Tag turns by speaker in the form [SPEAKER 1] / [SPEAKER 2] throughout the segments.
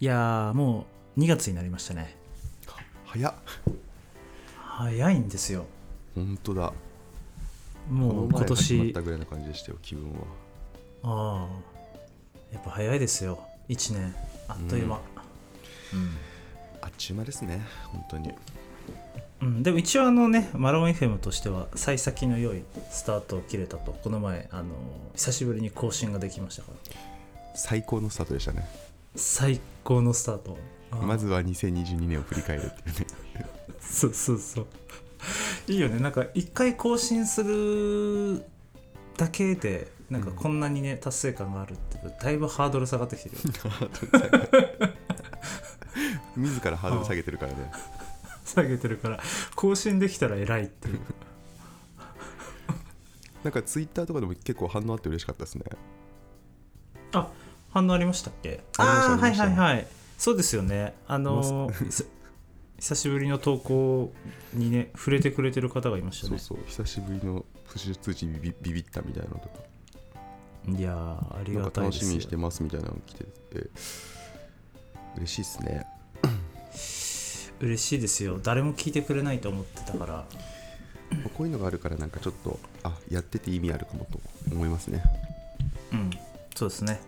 [SPEAKER 1] いやーもう2月になりましたね
[SPEAKER 2] 早っ
[SPEAKER 1] 早いんですよ
[SPEAKER 2] 本当だ
[SPEAKER 1] もう
[SPEAKER 2] この
[SPEAKER 1] 今
[SPEAKER 2] 前始まっ
[SPEAKER 1] 年
[SPEAKER 2] たぐらいの感じでしたよ気分は
[SPEAKER 1] ああやっぱ早いですよ1年あっという間、
[SPEAKER 2] あっちゅう間ですね本当に
[SPEAKER 1] うんでも一応あのねマロン FM としては幸先の良いスタートを切れたとこの前あの久しぶりに更新ができましたから
[SPEAKER 2] 最高のスタートでしたね
[SPEAKER 1] 最高のスタートあー
[SPEAKER 2] まずは2022年を振り返るっていうね
[SPEAKER 1] そうそうそういいよねなんか一回更新するだけでなんかこんなにね、達成感があるってだいぶハードル下がってきてるよ
[SPEAKER 2] 自らハードル下げてるからね
[SPEAKER 1] 下げてるから更新できたら偉いっていう
[SPEAKER 2] なんかツイッターとかでも結構反応あって嬉しかったですね
[SPEAKER 1] あ反応ありましたっけ
[SPEAKER 2] あ
[SPEAKER 1] あ
[SPEAKER 2] り
[SPEAKER 1] あーは
[SPEAKER 2] ま
[SPEAKER 1] い
[SPEAKER 2] した
[SPEAKER 1] は
[SPEAKER 2] あ
[SPEAKER 1] い
[SPEAKER 2] りました
[SPEAKER 1] はいそうですよねあのーひさ久しぶりの投稿にね触れてくれてる方がいました
[SPEAKER 2] そう
[SPEAKER 1] ね
[SPEAKER 2] そう久しぶりのプッシュ通知にビビビビったみたいなのとか
[SPEAKER 1] いやーあり
[SPEAKER 2] な
[SPEAKER 1] が
[SPEAKER 2] んか
[SPEAKER 1] たい
[SPEAKER 2] 楽
[SPEAKER 1] で
[SPEAKER 2] し
[SPEAKER 1] す
[SPEAKER 2] み
[SPEAKER 1] よ
[SPEAKER 2] にしてますみたいなの来てて嬉しいですね
[SPEAKER 1] 嬉しいですよ誰も聞いてくれないと思ってたから
[SPEAKER 2] まあこういうのがあるからなんかちょっとあやってて意味あるかもと思いますね
[SPEAKER 1] うんそうですね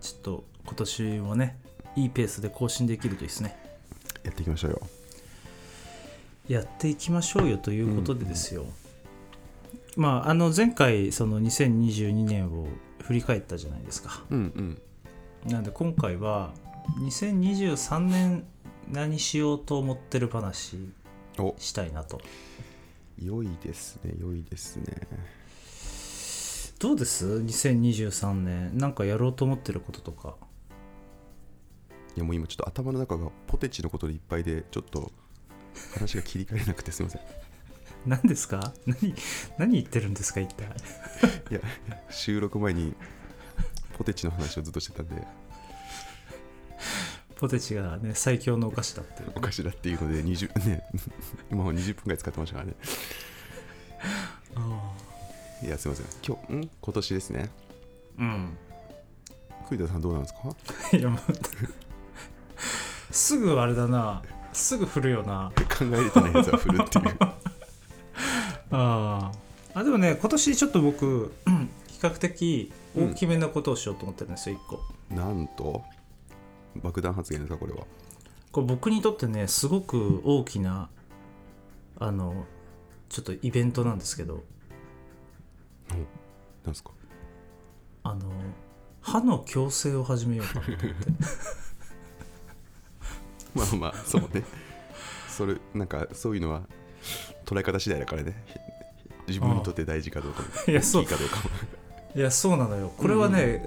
[SPEAKER 1] ちょっと今年もねいいペースで更新できるといいですね
[SPEAKER 2] やっていきましょうよ
[SPEAKER 1] やっていきましょうよということでですよ、まああの前回その2022年を振り返ったじゃないですか
[SPEAKER 2] うんうん
[SPEAKER 1] なんで今回は2023年何しようと思ってる話
[SPEAKER 2] お
[SPEAKER 1] したいなと
[SPEAKER 2] 良いですね良いですね
[SPEAKER 1] どうです2023年なんかやろうと思ってることとか
[SPEAKER 2] いやもう今ちょっと頭の中がポテチのことでいっぱいでちょっと話が切り替えれなくてすいません
[SPEAKER 1] 何ですか何何言ってるんですか一体
[SPEAKER 2] いや収録前にポテチの話をずっとしてたんで
[SPEAKER 1] ポテチがね最強のお菓子だっていう
[SPEAKER 2] おかしだっていうので20ね今もう20分ぐらい使ってましたからね
[SPEAKER 1] あ
[SPEAKER 2] いやすいません今日ん今年ですね
[SPEAKER 1] あうん
[SPEAKER 2] 栗田さんどうなんですか
[SPEAKER 1] いやもうすぐあれだなすぐ振るよな
[SPEAKER 2] 考えれてないやつは振るっていう
[SPEAKER 1] あーあでもね今年ちょっと僕 うん比較的大きめなことをしようと思ってるんですよ1個
[SPEAKER 2] なんと爆弾発言ですかこれは
[SPEAKER 1] これ僕にとってねすごく大きなあのちょっとイベントなんですけど
[SPEAKER 2] なんですか
[SPEAKER 1] あの歯の矯正を始めようかなと思って
[SPEAKER 2] まあまあそうねそれなんかそういうのは捉え方次第だからね自分にとって大事かどうか
[SPEAKER 1] いやそ
[SPEAKER 2] いういかどうかも
[SPEAKER 1] いやそうなのよこれはね、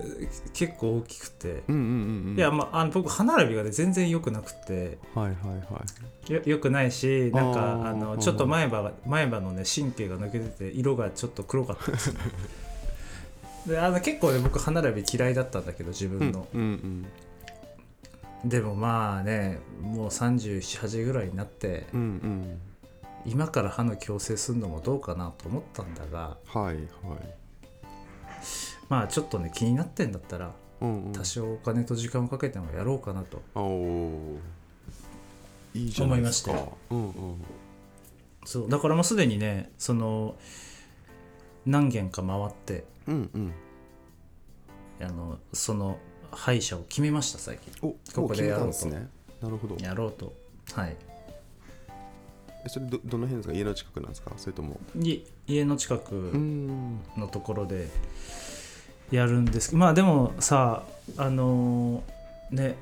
[SPEAKER 1] 結構大きくて、
[SPEAKER 2] うんうんうんうん
[SPEAKER 1] いやまああの僕歯並びがね全然良くなくて
[SPEAKER 2] はいはいは
[SPEAKER 1] よよくないしなんか
[SPEAKER 2] あー
[SPEAKER 1] あのちょっと前歯が前歯のね神経が抜けてて色がちょっと黒かったですね であの結構ね僕歯並び嫌いだったんだけど自
[SPEAKER 2] い
[SPEAKER 1] 分の、
[SPEAKER 2] うんうん
[SPEAKER 1] でもまあねもう378ぐらいになって
[SPEAKER 2] うんうんうん
[SPEAKER 1] 今から歯の矯正するのもどうかなと思ったんだが
[SPEAKER 2] はいはい
[SPEAKER 1] まあちょっとね気になってんだったら
[SPEAKER 2] うんうん
[SPEAKER 1] 多少お金と時間をかけてもやろうかなと
[SPEAKER 2] おおーいいじゃないですか
[SPEAKER 1] 思い
[SPEAKER 2] うんうん
[SPEAKER 1] そうだからもうすでにねその何軒か回って
[SPEAKER 2] うんうん
[SPEAKER 1] あのその歯医者を決めました最近
[SPEAKER 2] お
[SPEAKER 1] こ
[SPEAKER 2] もう
[SPEAKER 1] で
[SPEAKER 2] 決め
[SPEAKER 1] や
[SPEAKER 2] た
[SPEAKER 1] ろ
[SPEAKER 2] ん
[SPEAKER 1] うと
[SPEAKER 2] ですねなるほど
[SPEAKER 1] やろうとはい
[SPEAKER 2] えそれどどの辺ですか家の近くなんですかそれとも
[SPEAKER 1] い家の近
[SPEAKER 2] う
[SPEAKER 1] く
[SPEAKER 2] ん
[SPEAKER 1] のところでやるんですけどまあでもさあのーね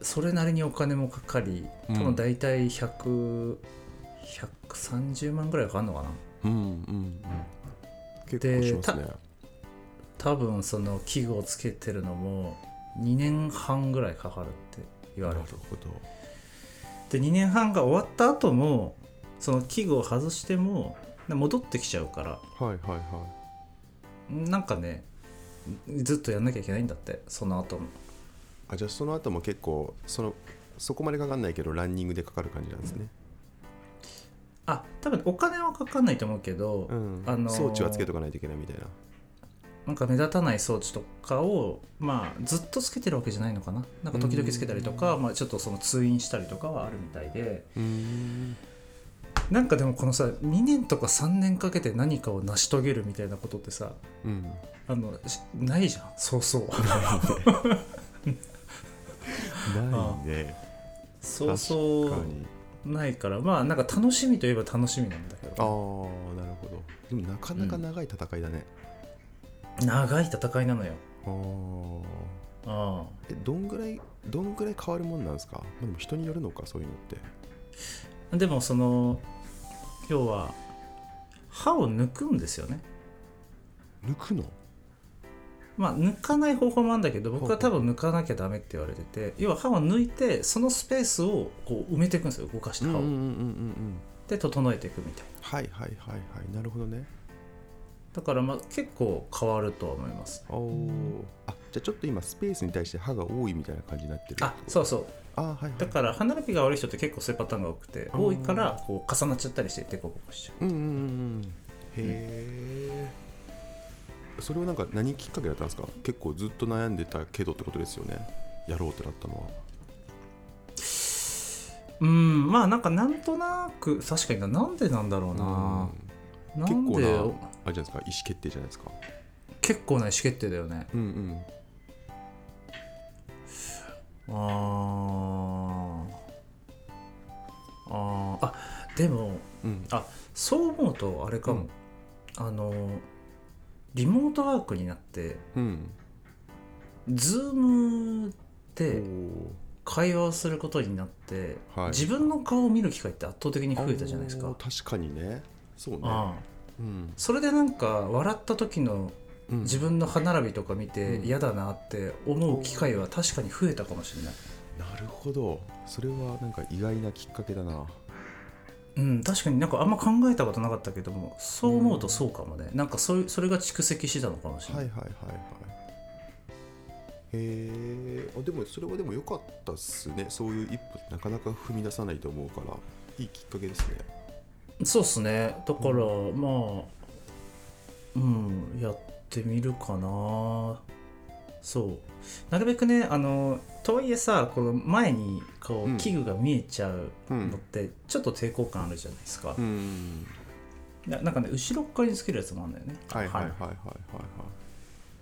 [SPEAKER 1] それなりにお金もかかり
[SPEAKER 2] う
[SPEAKER 1] 多
[SPEAKER 2] ん
[SPEAKER 1] 分大体100 130万ぐらいかかるのかな
[SPEAKER 2] うんうんうん結構
[SPEAKER 1] で
[SPEAKER 2] しますね
[SPEAKER 1] 多分その器具をつけてるのも2年半ぐらいかかるって言わ
[SPEAKER 2] な
[SPEAKER 1] れ
[SPEAKER 2] る
[SPEAKER 1] る
[SPEAKER 2] ほど
[SPEAKER 1] で2年半が終わった後もその器具を外しても戻ってきちゃうから
[SPEAKER 2] はいはいは
[SPEAKER 1] なんかねずっとやんなきゃいけないんだってその後も
[SPEAKER 2] いあじゃあその後も結構そのそこまでかかんないけどランニングでかかる感じなんですね、
[SPEAKER 1] あ多分お金はかかんないと思うけど、
[SPEAKER 2] うん
[SPEAKER 1] あのー
[SPEAKER 2] 装置はつけとかないといけないみたいな
[SPEAKER 1] うなんか目立たない装置とかを、まあ、ずっとつけてるわけじゃないのかななんか時々つけたりとか、まあ、ちょっとその通院したりとかはあるみたいで
[SPEAKER 2] うん
[SPEAKER 1] なんかでもこのさ2年とか3年かけて何かを成し遂げるみたいなことってさ
[SPEAKER 2] うん
[SPEAKER 1] あのしないじゃんそうそう
[SPEAKER 2] ないね
[SPEAKER 1] そうそ
[SPEAKER 2] 確か
[SPEAKER 1] う
[SPEAKER 2] に
[SPEAKER 1] ないからまあなんか楽しみといえば楽しみなんだけ
[SPEAKER 2] ああ
[SPEAKER 1] ど
[SPEAKER 2] なるほどでもなかなか長い戦いだね、
[SPEAKER 1] 長い戦いなのよ
[SPEAKER 2] ああ
[SPEAKER 1] ああ
[SPEAKER 2] えどんぐらいどんぐらい変わるもんなんですか、まあ、でも人によるのかそういうのって
[SPEAKER 1] でもその要は歯を抜くんですよね
[SPEAKER 2] 抜くの
[SPEAKER 1] まあ抜かない方法もあるんだけど僕は
[SPEAKER 2] ほ
[SPEAKER 1] 多
[SPEAKER 2] うほう
[SPEAKER 1] 分抜かなきゃダメって言われてて要は歯を抜いてそのスペースをこう埋めていくんですよ動かして歯を、
[SPEAKER 2] ん
[SPEAKER 1] で整えていくみたいな
[SPEAKER 2] はいはいはいはいなるほどね
[SPEAKER 1] だからまあ結構変わるとは思います
[SPEAKER 2] おおあじゃあちょっと今スペースに対して歯が多いみたいな感じになってる
[SPEAKER 1] あそうそう
[SPEAKER 2] あーはいは
[SPEAKER 1] だ
[SPEAKER 2] い
[SPEAKER 1] から歯並びが悪い人って結構そういうパターンが多くて
[SPEAKER 2] うん
[SPEAKER 1] 多いからこう重なっちゃったりしてデコボコしちゃう
[SPEAKER 2] うんうんうんうんへえ、それはなんか何きっかけだったんですか結構ずっと悩んでたけどってことですよねやろうってなったのは
[SPEAKER 1] うんまあなんかなんとなく確かにななんでなんだろうな、な
[SPEAKER 2] 結
[SPEAKER 1] ん
[SPEAKER 2] 構
[SPEAKER 1] で
[SPEAKER 2] なあれじゃないですか意思決定じゃないですか
[SPEAKER 1] 結構な意思決定だよね
[SPEAKER 2] うんうん
[SPEAKER 1] あーあーあでも
[SPEAKER 2] うん
[SPEAKER 1] あそう思うとあれかも、
[SPEAKER 2] うん
[SPEAKER 1] あのリモートワークになって
[SPEAKER 2] うん
[SPEAKER 1] ズームで
[SPEAKER 2] お
[SPEAKER 1] 会話をすることになって、
[SPEAKER 2] はい
[SPEAKER 1] 自分の顔を見る機会って圧倒的に
[SPEAKER 2] ー
[SPEAKER 1] 増えたじゃないです
[SPEAKER 2] あ
[SPEAKER 1] か。
[SPEAKER 2] ー確かにねそうね
[SPEAKER 1] ああ
[SPEAKER 2] うん
[SPEAKER 1] それでなんか笑った時の
[SPEAKER 2] うん
[SPEAKER 1] 自分の歯並びとか見て
[SPEAKER 2] うん
[SPEAKER 1] 嫌だなって思う機会は確かに増えたかもしれない。
[SPEAKER 2] なるほどそれはなんか意外なきっかけだな
[SPEAKER 1] うん、確かになんかあんま考えたことなかったけどもそう思うとそうかもね、なんかそれそれが蓄積してたのかもしれな、
[SPEAKER 2] はいいはいはいはいへえあでもそれはでも良かったっすねそういう一歩なかなか踏み出さないと思うからいいきっかけですね
[SPEAKER 1] そうっすねだから、まあうんやってみるかなそうなるべくねあのとはいえさこの前にこ
[SPEAKER 2] うん
[SPEAKER 1] う器具が見えちゃう
[SPEAKER 2] う
[SPEAKER 1] のってちょっと抵抗感あるじゃないですか、
[SPEAKER 2] ん
[SPEAKER 1] ななんかね後ろっ側につけるやつもあるんだよね
[SPEAKER 2] はいはいはいはい
[SPEAKER 1] い
[SPEAKER 2] はいはい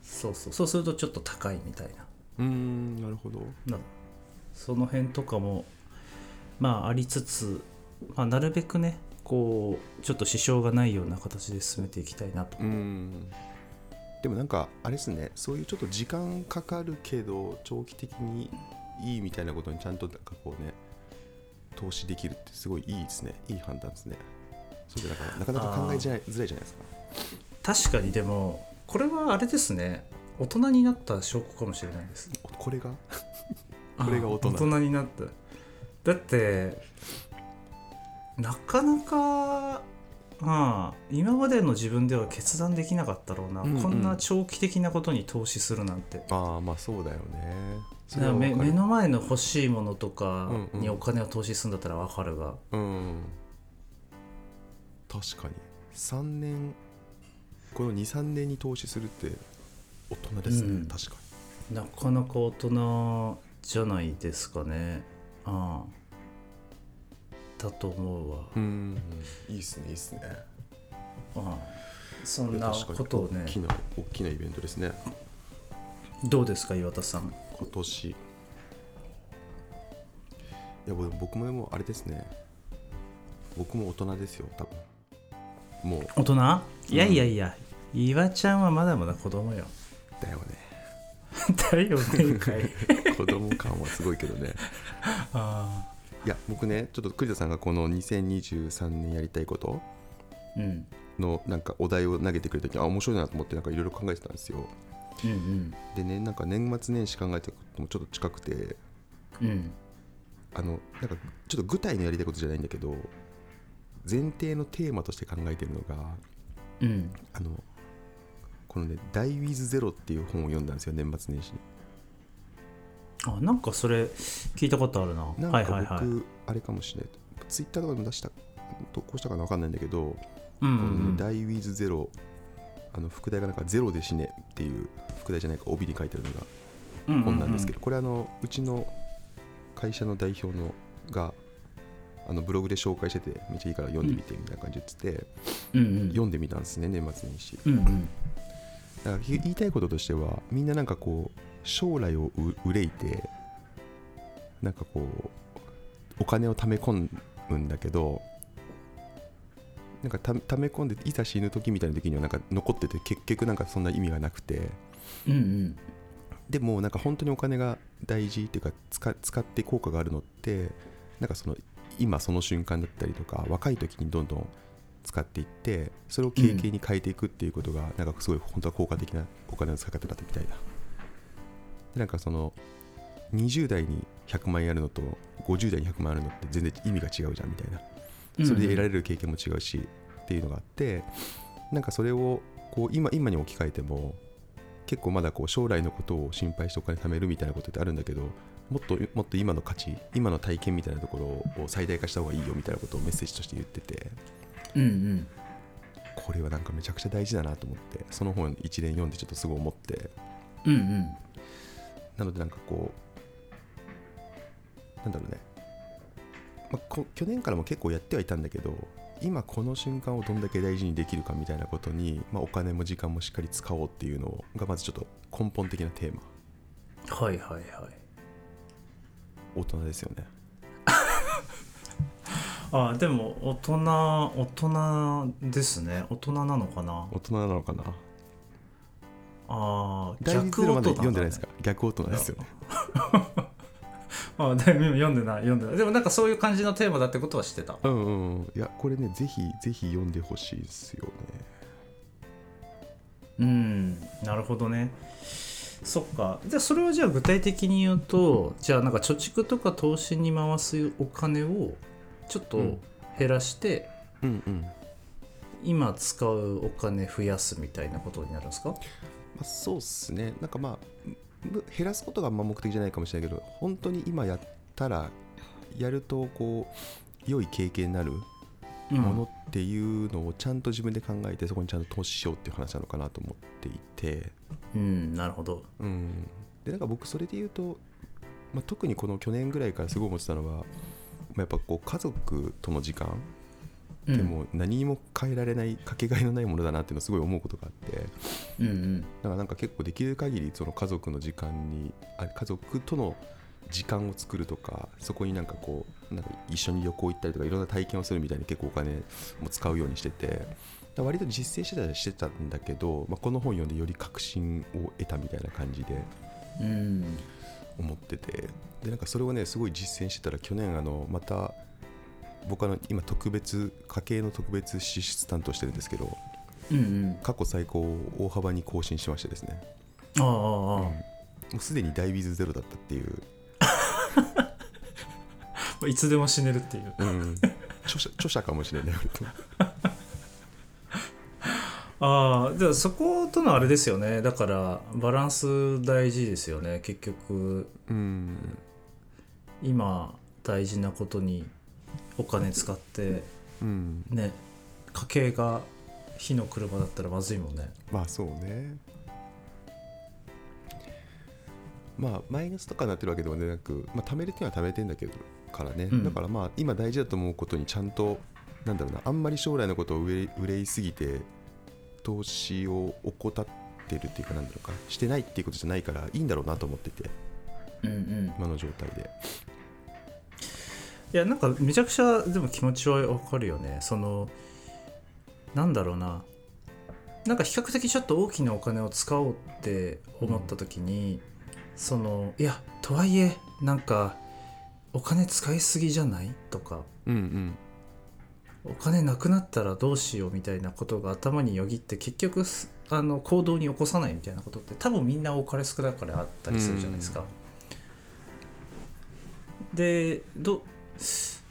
[SPEAKER 1] そうそうそうするとちょっと高いみたいな
[SPEAKER 2] うんなるほど
[SPEAKER 1] なその辺とかもまあありつつ、まあ、なるべくねこうちょっと支障がないような形で進めていきたいなと、
[SPEAKER 2] うんでもなんかあれですねそういうちょっと時間かかるけど長期的にいいみたいなことにちゃんとなんかこうね投資できるってすごいいいですねいい判断ですねそうじゃなかなかなか考えづらいづらいじゃないですか
[SPEAKER 1] 確かにでもこれはあれですね大人になった証拠かもしれないです
[SPEAKER 2] おこれがこれが大人
[SPEAKER 1] あ大人になっただってなかなかまあ今までの自分では決断できなかったろうな、
[SPEAKER 2] うんうん
[SPEAKER 1] こんな長期的なことに投資するなんて
[SPEAKER 2] ああまあそうだよねそ
[SPEAKER 1] だか
[SPEAKER 2] れ
[SPEAKER 1] ら
[SPEAKER 2] はわか
[SPEAKER 1] 目目
[SPEAKER 2] る
[SPEAKER 1] の前の欲しいものとか
[SPEAKER 2] うんうん
[SPEAKER 1] にお金を投資するんだったら分かるが、
[SPEAKER 2] うん確かに3年この23年に投資するって大人ですね、
[SPEAKER 1] うん
[SPEAKER 2] 確かに
[SPEAKER 1] なかなか大人じゃないですかねああだと思うわ、
[SPEAKER 2] うんいいっすねいいっすね
[SPEAKER 1] ああそんなことをね
[SPEAKER 2] 大きな大きなイベントですね
[SPEAKER 1] どうですか岩田さん
[SPEAKER 2] 今年いやぼ僕もでもあれですね僕も大人ですよ多分もう
[SPEAKER 1] 大人いやいやいや、岩ちゃんはまだまだ子供よ
[SPEAKER 2] だよね
[SPEAKER 1] だよねか い
[SPEAKER 2] 子供感はすごいけどね
[SPEAKER 1] あ
[SPEAKER 2] いや僕ねちょっと栗田さんがこの2023年やりたいこと
[SPEAKER 1] あ、うん、
[SPEAKER 2] のなんかお題を投げてくれた時あ面白いなと思ってなんかいろいろ考えてたんですよ
[SPEAKER 1] うん
[SPEAKER 2] でねなんか年末年始考えたこともちょっと近くて
[SPEAKER 1] うんうん
[SPEAKER 2] あのなんかちょっと具体のやりたいことじゃないんだけど前提のテーマとして考えてるのが
[SPEAKER 1] うん
[SPEAKER 2] あのこのね「Die with Zero」っていう本を読んだんですよ年末年始に
[SPEAKER 1] あなんかそれ聞いたことあるな
[SPEAKER 2] なん
[SPEAKER 1] はい
[SPEAKER 2] か僕、
[SPEAKER 1] はいはいうん
[SPEAKER 2] あれかもしれないツイッターとかでも出した投稿したかな分かんないんだけど
[SPEAKER 1] う
[SPEAKER 2] このね
[SPEAKER 1] ん、
[SPEAKER 2] ダイウィズゼロあの副題がなんかゼロで死ねっていう副題じゃないか帯に書いてあるのが
[SPEAKER 1] うんうんうん
[SPEAKER 2] 本なんですけど、これあのうちの会社の代表のがあのブログで紹介しててめっちゃいいから読んでみてみたいな感じで言ってて、
[SPEAKER 1] うんうん
[SPEAKER 2] 読んでみたんですね年末年始
[SPEAKER 1] うんうん
[SPEAKER 2] だから言いたいこととしてはみんななんかこう将来をう憂いてなんかこうお金を貯め込むんだけどなんかた貯め込んでいざ死ぬ時みたいな時にはなんか残ってて結局なんかそんな意味がなくて
[SPEAKER 1] うんうん
[SPEAKER 2] でもなんか本当にお金が大事っていうか使使って効果があるのってなんかその今その瞬間だったりとか若い時にどんどん使っていってそれを経験に変えていくっていうことが、なんかすごい本当は効果的なお金の使い方だったみたいだでなんかその20代に100万円あるのと50代に100万円あるのって全然意味が違うじゃんみたいな
[SPEAKER 1] うん
[SPEAKER 2] それで得られる経験も違うし、っていうのがあってなんかそれをこう今今に置き換えても結構まだこう将来のことを心配してお金貯めるみたいなことってあるんだけどもっともっと今の価値今の体験みたいなところを最大化した方がいいよみたいなことをメッセージとして言ってて
[SPEAKER 1] うんうん
[SPEAKER 2] これはなんかめちゃくちゃ大事だなと思ってその本一連読んでちょっとすごい思って
[SPEAKER 1] うんうん
[SPEAKER 2] なのでなんかこうなんだろうね、まあこ去年からも結構やってはいたんだけど今この瞬間をどんだけ大事にできるかみたいなことに、まあ、お金も時間もしっかり使おうっていうのがまずちょっと根本的なテーマ
[SPEAKER 1] はいはいはい
[SPEAKER 2] 大人ですよね
[SPEAKER 1] あでも大人大人ですね大人なのかな
[SPEAKER 2] 大人なのかな
[SPEAKER 1] あー
[SPEAKER 2] 大事
[SPEAKER 1] 逆
[SPEAKER 2] ゼロま
[SPEAKER 1] 大人だ
[SPEAKER 2] で読んでないですか逆大人ですよね
[SPEAKER 1] あでも読んでない読んでないでもなんかそういう感じのテーマだってことは知ってた
[SPEAKER 2] うんうんうんいやこれねぜひぜひ読んでほしいですよね
[SPEAKER 1] うんなるほどねそっかじゃあそれをじゃあ具体的に言うとじゃあなんか貯蓄とか投資に回すお金をちょっ
[SPEAKER 2] う
[SPEAKER 1] と
[SPEAKER 2] ん
[SPEAKER 1] 減らして、
[SPEAKER 2] うんうん
[SPEAKER 1] 今使うお金増やすみたいなことになるんですか
[SPEAKER 2] まあ、そうっすねなんかまあむ減らすことがあんま目的じゃないかもしれないけど本当に今やったらやるとこう良い経験になる
[SPEAKER 1] うん
[SPEAKER 2] ものっていうのをちゃんと自分で考えてそこにちゃんと投資しようっていう話なのかなと思っていて
[SPEAKER 1] うんなるほど
[SPEAKER 2] うんでなんか僕それで言うと、まあ、特にこの去年ぐらいからすごい思ってたのは、まあ、やっぱこう家族との時間
[SPEAKER 1] う
[SPEAKER 2] で
[SPEAKER 1] ん
[SPEAKER 2] もう何にも変えられないかけがえのないものだなっていうのをすごい思うことがあって。
[SPEAKER 1] うんうん
[SPEAKER 2] だからなんか結構できる限りその家族の時間にあ家族との時間を作るとかそこになんかこうなんか一緒に旅行行ったりとかいろんな体験をするみたいに結構お金も使うようにしててだから割と実践してたりしてたんだけど、まあ、この本読んでより確信を得たみたいな感じで
[SPEAKER 1] うん
[SPEAKER 2] 思っててでなんかそれをねすごい実践してたら去年あのまた僕あの今特別家計の特別支出担当してるんですけど
[SPEAKER 1] うんうん
[SPEAKER 2] 過去最高を大幅に更新しましてですね
[SPEAKER 1] ああああああ
[SPEAKER 2] もうすでに大ビズゼロだったっていう、
[SPEAKER 1] いつでも死ねるっていう。
[SPEAKER 2] 著者著者かもしれない
[SPEAKER 1] ああ、じゃあそことのあれですよね。だからバランス大事ですよね。結局
[SPEAKER 2] うん
[SPEAKER 1] 今大事なことにお金使って
[SPEAKER 2] うん
[SPEAKER 1] ね、家計が火の車だったらまずいもんね。
[SPEAKER 2] まあそうねまあマイナスとかになってるわけでもなく、まあ、貯めるっていうのは貯めてんだけどからね、
[SPEAKER 1] うん
[SPEAKER 2] だからまあ今大事だと思うことにちゃんとなんだろうなあんまり将来のことを憂い憂いすぎて投資を怠ってるっていうかなんだろうかしてないっていうことじゃないからいいんだろうなと思ってて
[SPEAKER 1] うんうん。
[SPEAKER 2] 今の状態で
[SPEAKER 1] いやなんかめちゃくちゃでも気持ちはわかるよねそのなんだろうななんか比較的ちょっと大きなお金を使おうって思った時に、そのいやとはいえなんかお金使いすぎじゃないとか
[SPEAKER 2] うんうん
[SPEAKER 1] お金なくなったらどうしようみたいなことが頭によぎって結局すあの行動に起こさないみたいなことって多分みんな多かれ少なかれあったりするじゃないですか。でど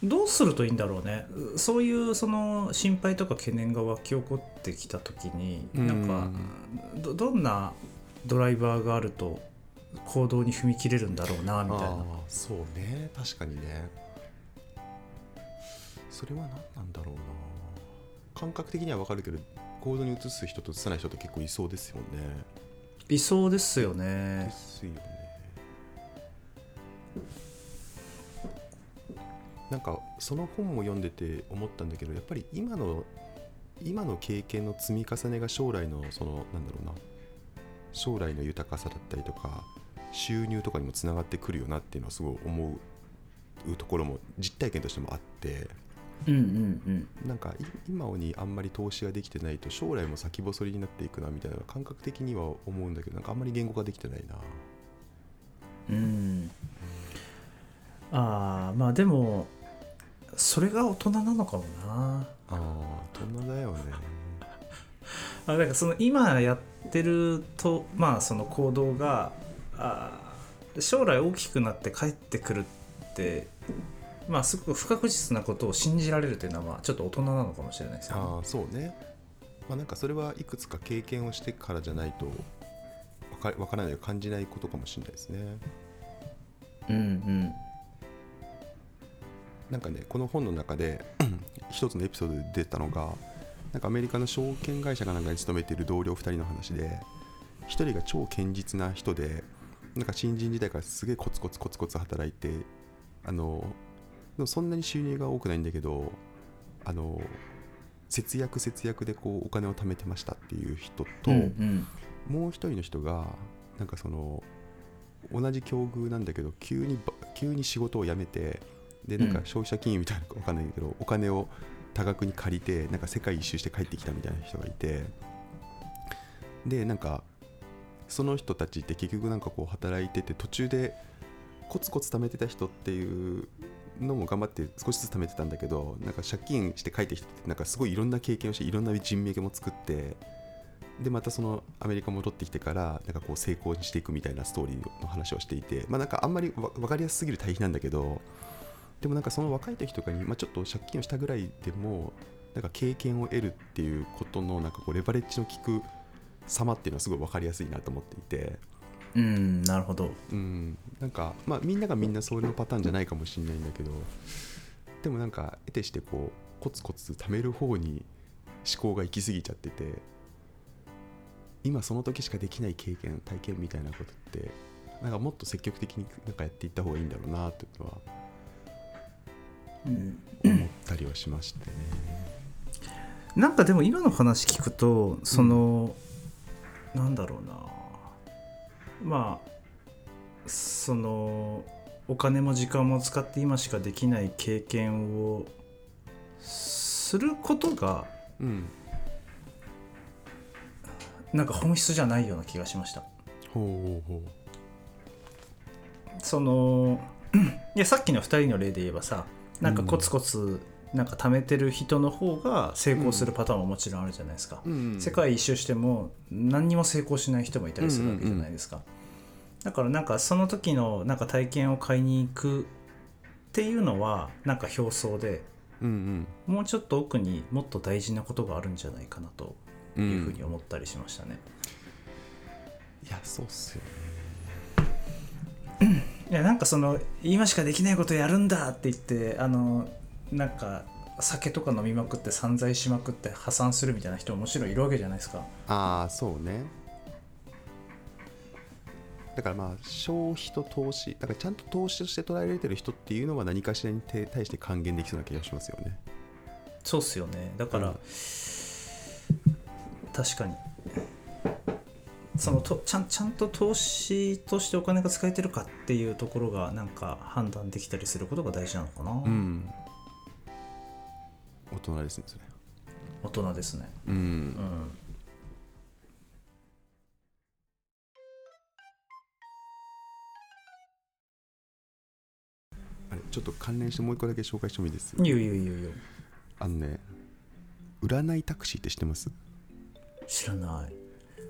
[SPEAKER 1] どうするといいんだろうねそういうその心配とか懸念が湧き起こってきた時になんかどどんなドライバーがあると行動に踏み切れるんだろうなみたいな。
[SPEAKER 2] あーそうね確かにねそれは何なんだろうな感覚的には分かるけどこ行動に移す人と移さない人って結構いそうですよね。
[SPEAKER 1] 理想ですよ
[SPEAKER 2] で
[SPEAKER 1] ね
[SPEAKER 2] すよね。なんかその本も読んでて思ったんだけどやっぱり今の今の経験の積み重ねが将来のそのなんだろうな将来の豊かさだったりとか収入とかにもつながってくるよなっていうのはすごい思うところも実体験としてもあって
[SPEAKER 1] うんうん
[SPEAKER 2] なんかい今にあんまり投資ができてないと将来も先細りになっていくなみたいな感覚的には思うんだけどなんかあんまり言語化できてないな。
[SPEAKER 1] うんうんああまあでもそれが大人なのかもな
[SPEAKER 2] ああ大人だよね
[SPEAKER 1] あだからその今やってるとまあその行動があー将来大きくなって帰ってくるってまあすごく不確実なことを信じられるというのはまあちょっと大人なのかもしれないですよね
[SPEAKER 2] ああそうねまあなんかそれはいくつか経験をしてからじゃないとわかわからない感じないことかもしれないですね
[SPEAKER 1] うん
[SPEAKER 2] なんかねこの本の中で 一つのエピソードで出たのがなんかアメリカの証券会社かなんかに勤めている同僚2人の話で1人が超堅実な人でなんか新人時代からすげえコツコツコツコツ働いてあのでもそんなに収入が多くないんだけどあの節約節約でこうお金を貯めてましたっていう人と、
[SPEAKER 1] うんうん
[SPEAKER 2] もう一人の人がなんかその同じ境遇なんだけど急にば急に仕事を辞めてでなんか
[SPEAKER 1] うん
[SPEAKER 2] 消費者金融みたいなのか分かんないけど、お金を多額に借りてなんか世界一周して帰ってきたみたいな人がいてでなんかその人たちって結局なんかこう働いてて途中でコツコツ貯めてた人っていうのも頑張って少しずつ貯めてたんだけどなんか借金して帰ってきてなんかすごいいろんな経験をしていろんな人脈も作ってでまたそのアメリカ戻ってきてからなんかこう成功していくみたいなストーリーの話をしていてまあなんかあんまりわ分かりやすすぎる対比なんだけどでもなんかその若い時とかに、まあ、ちょっと借金をしたぐらいでもなんか経験を得るっていうことのなんかこうレバレッジの効く様っていうのはすごい分かりやすいなと思っていて。
[SPEAKER 1] うんうんなるほど
[SPEAKER 2] うん、なんか、まあ、みんながみんなそれのパターンじゃないかもしれないんだけどでもなんか得てしてこうコツコツ貯める方に思考が行き過ぎちゃってて今その時しかできない経験体験みたいなことってなんかもっと積極的になんかやっていった方がいいんだろうなっていうのは
[SPEAKER 1] うん
[SPEAKER 2] 思ったりはしましてね。
[SPEAKER 1] なんかでも今の話聞くとその、なんだろうなまあそのお金も時間も使って今しかできない経験をすることが
[SPEAKER 2] うん、
[SPEAKER 1] なんか本質じゃないような気がしました。
[SPEAKER 2] ほうほうほう
[SPEAKER 1] そのいやさっきの2人の例で言えばさなんかコツコツなんか貯めてる人の方が成功するパターンももちろんあるじゃないですか。
[SPEAKER 2] うん
[SPEAKER 1] 世界一周しても何にも成功しない人もいたりするわけじゃないですか、だからなんかその時のなんか体験を買いに行くっていうのはなんか表層で
[SPEAKER 2] うん
[SPEAKER 1] もうちょっと奥にもっと大事なことがあるんじゃないかなと
[SPEAKER 2] うん
[SPEAKER 1] いうふ
[SPEAKER 2] う
[SPEAKER 1] うんに思ったりしましたね、
[SPEAKER 2] いやそうっすよね
[SPEAKER 1] いやなんかその今しかできないことやるんだって言ってあのなんか酒とか飲みまくって散財しまくって破産するみたいな人ももちろんいるわけじゃないですか
[SPEAKER 2] ああそうねだからまあ消費と投資だからちゃんと投資として捉えられてる人っていうのは何かしらにて対して還元できそうな気がしますよね
[SPEAKER 1] そうっすよねだから、
[SPEAKER 2] うん
[SPEAKER 1] 確かにそのとちゃんちゃんと投資としてお金が使えてるかっていうところがなんか判断できたりすることが大事なのかな、
[SPEAKER 2] ん大人ですねそれ
[SPEAKER 1] 大人ですね
[SPEAKER 2] うん
[SPEAKER 1] うん
[SPEAKER 2] あれちょっと関連してもう一個だけ紹介してもいいです
[SPEAKER 1] いいよいいよいいよいいよ
[SPEAKER 2] あのね占いタクシーって知ってます
[SPEAKER 1] 知らない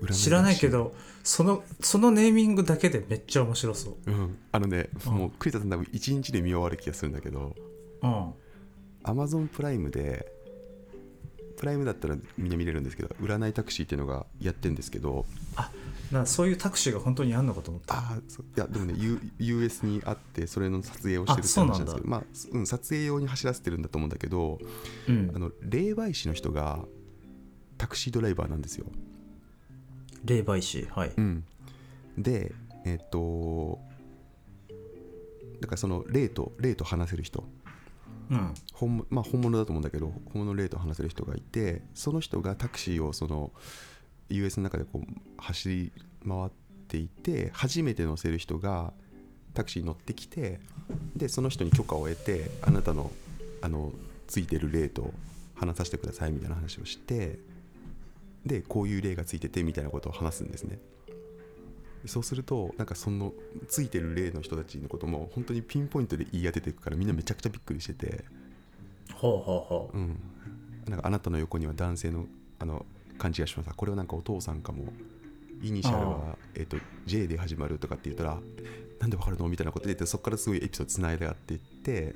[SPEAKER 2] 占タクシー
[SPEAKER 1] 知らないけどそのそのネーミングだけでめっちゃ面白そう
[SPEAKER 2] うんあのね
[SPEAKER 1] うん
[SPEAKER 2] もう栗田さん多分一日で見終わる気がするんだけど
[SPEAKER 1] うん
[SPEAKER 2] アマゾンプライムでプライムだったらみんな見れるんですけど占いタクシーっていうのがやってるんですけど
[SPEAKER 1] なんかそういうタクシーが本当にあんのかと思った
[SPEAKER 2] あーそういやでもね、U、US にあってそれの撮影をしてるって
[SPEAKER 1] あそう
[SPEAKER 2] 話
[SPEAKER 1] な
[SPEAKER 2] なん
[SPEAKER 1] んだ
[SPEAKER 2] ですけどまあすうん、撮影用に走らせてるんだと思うんだけど
[SPEAKER 1] うん
[SPEAKER 2] あの霊媒師の人がタクシードライバーなんですよ。
[SPEAKER 1] 霊媒師はい、
[SPEAKER 2] うん、でえっとだからその霊と霊と話せる人
[SPEAKER 1] うん、
[SPEAKER 2] 本,、まあ、本物だと思うんだけど本物の霊と話せる人がいてその人がタクシーをその US の中でこう走り回っていて初めて乗せる人がタクシーに乗ってきてでその人に許可を得てあなたのあのついてる霊と話させてくださいみたいな話をしてでこういう霊がついててみたいなことを話すんですね。そうするとなんかそのついてる霊の人たちのことも本当にピンポイントで言い当てていくからみんなめちゃくちゃびっくりしてて
[SPEAKER 1] ほうほうほう
[SPEAKER 2] うん、なんかあなたの横には男性のあの感じがしましたこれはなんかお父さんかもイニシャル
[SPEAKER 1] あ
[SPEAKER 2] は、えっと J で始まるとかって言ったらなんでわかるのみたいなことで言ってそこからすごいエピソードつないであっていって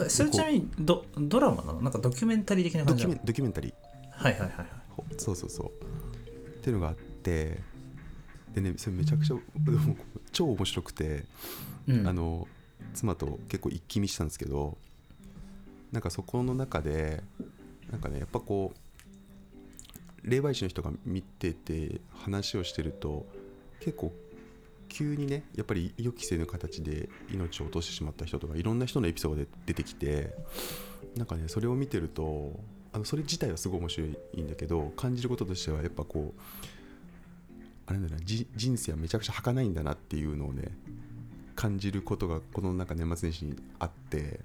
[SPEAKER 1] えそれちなみにドドラマなのなんかドキュメンタリー的な感
[SPEAKER 2] ドキ
[SPEAKER 1] じ
[SPEAKER 2] ュ
[SPEAKER 1] な
[SPEAKER 2] メ
[SPEAKER 1] の
[SPEAKER 2] ンドキュメンタリー
[SPEAKER 1] はいはいはいはい
[SPEAKER 2] ほそうそうそうっていうのがあってでねそれめちゃく ちゃ超面白くて
[SPEAKER 1] うん
[SPEAKER 2] あの妻と結構一気見したんですけどなんかそこの中でなんかねやっぱこう霊媒師の人が見てて話をしてると結構急にねやっぱり予期せぬ形で命を落としてしまった人とかいろんな人のエピソードで出てきてなんかねそれを見てるとあのそれ自体はすごい面白いんだけど感じることとしてはやっぱこうあれなんだなじ人生はめちゃくちゃ儚いんだなっていうのをね感じることがこのなんか年末年始にあって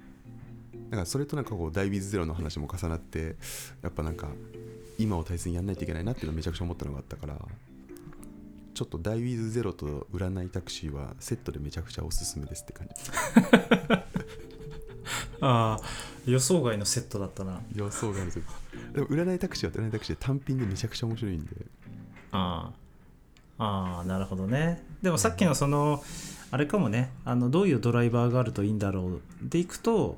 [SPEAKER 2] なんかそれとなんかこう「ダイビーズゼロ」の話も重なってやっぱなんか今を大切にやんないといけないなっていうのをめちゃくちゃ思ったのがあったからちょっと「ダイビーズゼロ」と「占いタクシー」はセットでめちゃくちゃおすすめですって感じ
[SPEAKER 1] あー予想外のセットだったな
[SPEAKER 2] 予想があるぞでも占いタクシーは占いタクシーで単品でめちゃくちゃ面白いんで
[SPEAKER 1] ああああなるほどねでもさっきのそのあれかもねあのどういうドライバーがあるといいんだろうでいくと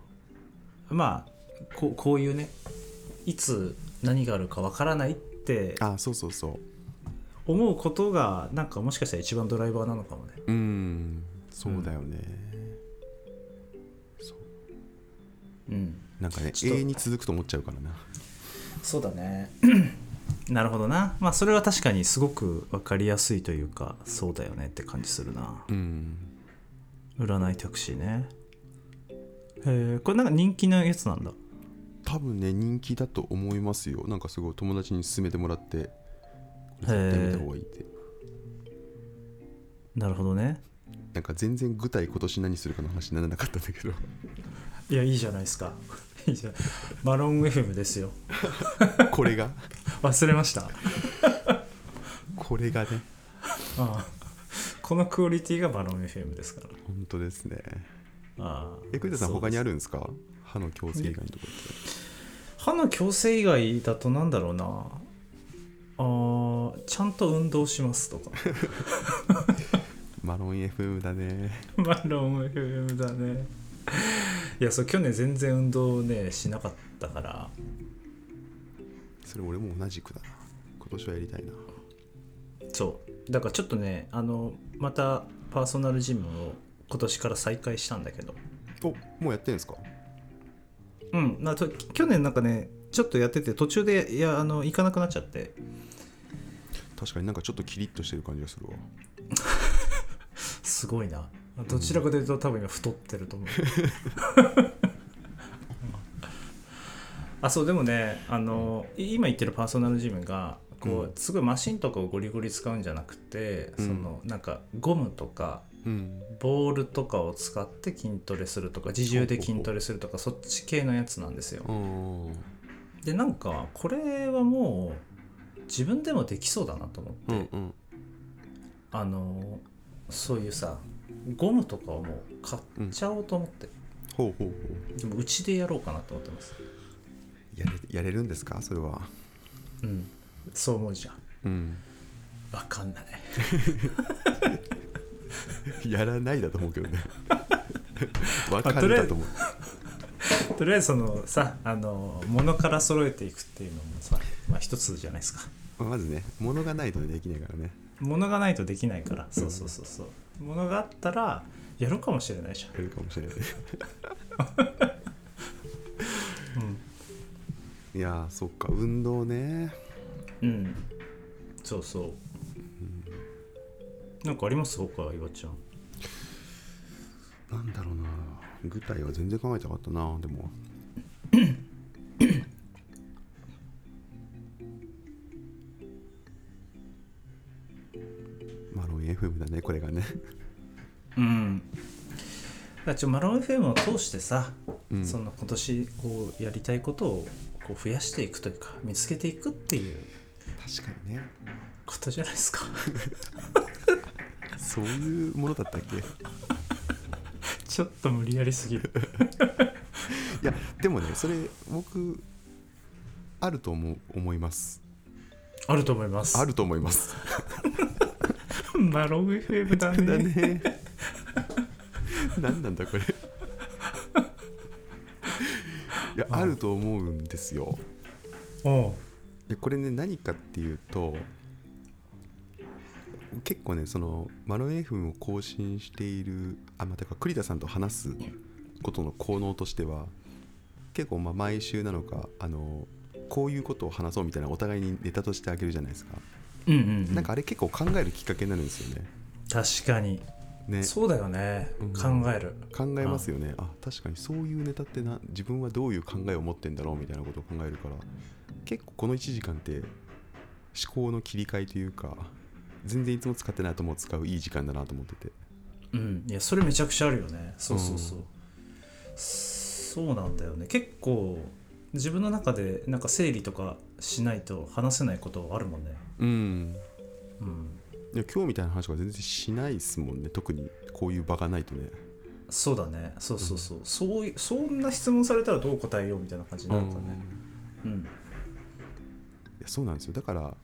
[SPEAKER 1] まあこうこういうねいつ何があるかわからないって
[SPEAKER 2] あそうそうそう
[SPEAKER 1] 思うことがなんかもしかしたら一番ドライバーなのかもね
[SPEAKER 2] うーんそうだよね、そう
[SPEAKER 1] うん
[SPEAKER 2] なんかね
[SPEAKER 1] ちょっ
[SPEAKER 2] 永
[SPEAKER 1] と
[SPEAKER 2] 遠に続くと思っちゃうからな
[SPEAKER 1] そうだね なるほどなまあそれは確かにすごく分かりやすいというかそうだよねって感じするな
[SPEAKER 2] うん
[SPEAKER 1] 占いタクシーねへえこれなんか人気のやつなんだ
[SPEAKER 2] 多分ね人気だと思いますよなんかすごい友達に勧めてもらってこれ絶対見た方がいいって
[SPEAKER 1] なるほどね
[SPEAKER 2] なんか全然具体今年何するかの話にならなかったんだけど
[SPEAKER 1] いやいいじゃないですか いいじゃんマロン FM ですよ
[SPEAKER 2] これが
[SPEAKER 1] 忘れましたあ
[SPEAKER 2] これがね
[SPEAKER 1] あこのクオリティがマロン FM ですから
[SPEAKER 2] 本当ですね
[SPEAKER 1] ああ
[SPEAKER 2] え栗田さん
[SPEAKER 1] そうで
[SPEAKER 2] 他
[SPEAKER 1] す
[SPEAKER 2] にあるんですか歯の矯正以外のところって
[SPEAKER 1] 歯の矯正以外だとなんだろうなあーちゃんと運動します とか
[SPEAKER 2] マロン FM だね
[SPEAKER 1] マロン FM だねいやそう去年全然運動ねしなかったから
[SPEAKER 2] それ俺も同じくだな今年はやりたいな
[SPEAKER 1] そうだからちょっとねあのまたパーソナルジムを今年から再開したんだけど
[SPEAKER 2] おもうやってんですか
[SPEAKER 1] うんなと去年なんかねちょっとやってて途中でいやあの行かなくなっちゃって
[SPEAKER 2] 確かになんかちょっとキリッとしてる感じがするわ
[SPEAKER 1] すごいなどちらかというと多分今太ってると思うあそうでもねあのい今言ってるパーソナルジムがこ
[SPEAKER 2] うん
[SPEAKER 1] うすごいマシンとかをゴリゴリ使うんじゃなくて、
[SPEAKER 2] うん
[SPEAKER 1] そのなんかゴムとか
[SPEAKER 2] うん
[SPEAKER 1] ボールとかを使って筋トレするとか自重で筋トレするとかそっち系のやつなんですよ
[SPEAKER 2] うん
[SPEAKER 1] でなんかこれはもう自分でもできそうだなと思って、
[SPEAKER 2] うん
[SPEAKER 1] あのそういうさゴムとかをもう買っちゃおうと思って、
[SPEAKER 2] ほうほうほう
[SPEAKER 1] でもうちでやろうかなと思ってます
[SPEAKER 2] やれやれるんですかそれは
[SPEAKER 1] うんそう思うじゃん
[SPEAKER 2] うん
[SPEAKER 1] わかんない
[SPEAKER 2] やらないだと思うけ どね。わか
[SPEAKER 1] まあと
[SPEAKER 2] る
[SPEAKER 1] りあえ
[SPEAKER 2] だ
[SPEAKER 1] ず
[SPEAKER 2] と思う。
[SPEAKER 1] とりあえずそのさあの物から揃えていくっていうのもさ、まあ、一つじゃないですか
[SPEAKER 2] まあまずね、物がないとできないからね。
[SPEAKER 1] 物がないとできないからそうそうそうそう物があったらやるかもしれないじゃん
[SPEAKER 2] やるかもしれない。いやー、そっか、運動ね。
[SPEAKER 1] うんそうそう、なんかあります他岩ちゃん
[SPEAKER 2] なんだろうな具体は全然考えてなかったなで もマロン FM だねこれがね
[SPEAKER 1] うんだからちょマロン FM を通してさ、
[SPEAKER 2] うん
[SPEAKER 1] その今年こうやりたいことをこう増やしていくというか見つけていくっていう
[SPEAKER 2] 確かにね
[SPEAKER 1] ことじゃないですか
[SPEAKER 2] そういうものだったっけい
[SPEAKER 1] ちょっと無理やりすぎる
[SPEAKER 2] やでもねそれ僕あると思う思います
[SPEAKER 1] あると思います
[SPEAKER 2] あると思います
[SPEAKER 1] マロン FM だね
[SPEAKER 2] だね何なんだこれいやあると思うんですよ
[SPEAKER 1] おう
[SPEAKER 2] でこれね何かっていうと結構ねそのマロン FM を更新しているあまたか栗田さんと話すことの効能としては結構まあ毎週なのかあのこういうことを話そうみたいなお互いにネタとしてあげるじゃないですか、
[SPEAKER 1] うんうん,、
[SPEAKER 2] なんかあれ結構考えるきっかけになるんですよね
[SPEAKER 1] 確かに
[SPEAKER 2] ね
[SPEAKER 1] そうだよね、
[SPEAKER 2] うん
[SPEAKER 1] 考える
[SPEAKER 2] 考えますよねあ確かにそういうネタってな自分はどういう考えを持ってんだろうみたいなことを考えるから結構この1時間って思考の切り替えというか全然いつも使ってない頭を使ういい時間だなと思ってて
[SPEAKER 1] うんいやそれめちゃくちゃあるよねそうそうそう、そうなんだよね結構自分の中でなんか整理とかしないと話せないことあるもんね
[SPEAKER 2] うん
[SPEAKER 1] うん
[SPEAKER 2] いや今日みたいな話は全然しないですもんね特にこういう場がないとね
[SPEAKER 1] そうだねそうそうそう、そういそんな質問されたらどう答えようみたいな感じになるからねうん
[SPEAKER 2] いやそうなんですよだから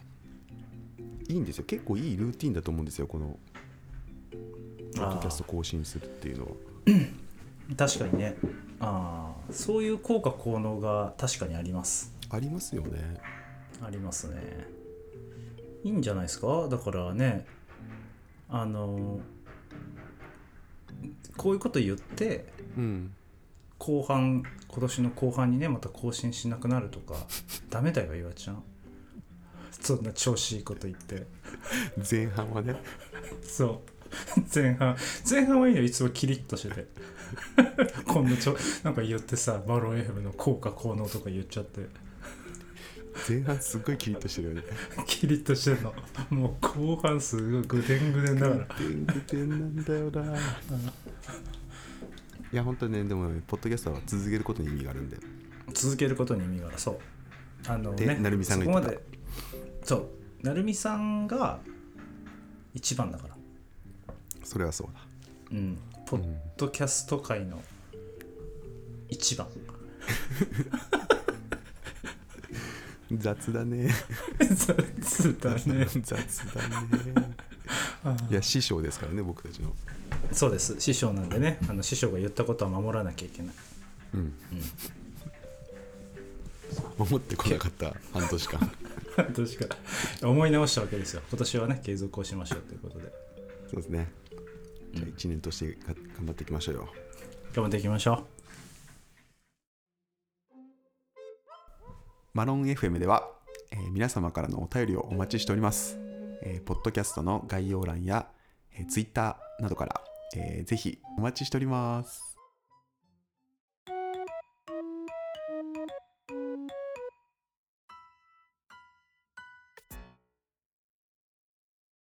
[SPEAKER 2] いいんですよ結構いいルーティンだと思うんですよこのポッドキャスト更新するっていうのは
[SPEAKER 1] 確かにねああそういう効果効能が確かにあります
[SPEAKER 2] ありますよね
[SPEAKER 1] ありますねいいんじゃないですかだからねあのこういうこと言って
[SPEAKER 2] うん
[SPEAKER 1] 後半今年の後半にねまた更新しなくなるとかダメだよ岩ちゃんそんな調子いいこと言って
[SPEAKER 2] 前半はね
[SPEAKER 1] そう前半前半はいいよいつもキリッとしてて こんなちょなんか言ってさマロン FM の効果効能とか言っちゃって
[SPEAKER 2] 前半すっごいキリッとしてるよね
[SPEAKER 1] キリッとしてんのもう後半すごいぐでんぐでんだから
[SPEAKER 2] 全然なんだよな。 いや本当にねでもねポッドキャストは続けることに意味があるんで。
[SPEAKER 1] 続けることに意味があるそうあの
[SPEAKER 2] で成美さんが言ってた
[SPEAKER 1] そこまでそう成美さんが一番だから
[SPEAKER 2] それはそうだ。
[SPEAKER 1] うんポッドキャスト界の一番
[SPEAKER 2] 雑だね。
[SPEAKER 1] 雑だね
[SPEAKER 2] 雑だね。いや師匠ですからね僕たちの。
[SPEAKER 1] そうです師匠なんでねあの師匠が言ったことは守らなきゃいけない
[SPEAKER 2] うん。思ってこなかった半年間。
[SPEAKER 1] 確か思い直したわけですよ今年はね継続をしましょうということで
[SPEAKER 2] そうですね。じゃあ一年としてが頑張っていきましょうよ。
[SPEAKER 1] 頑張っていきましょう
[SPEAKER 2] マロン FM では、えー皆様からのお便りをお待ちしております。えーポッドキャストの概要欄や、えー、Twitter などから、えーぜひお待ちしております。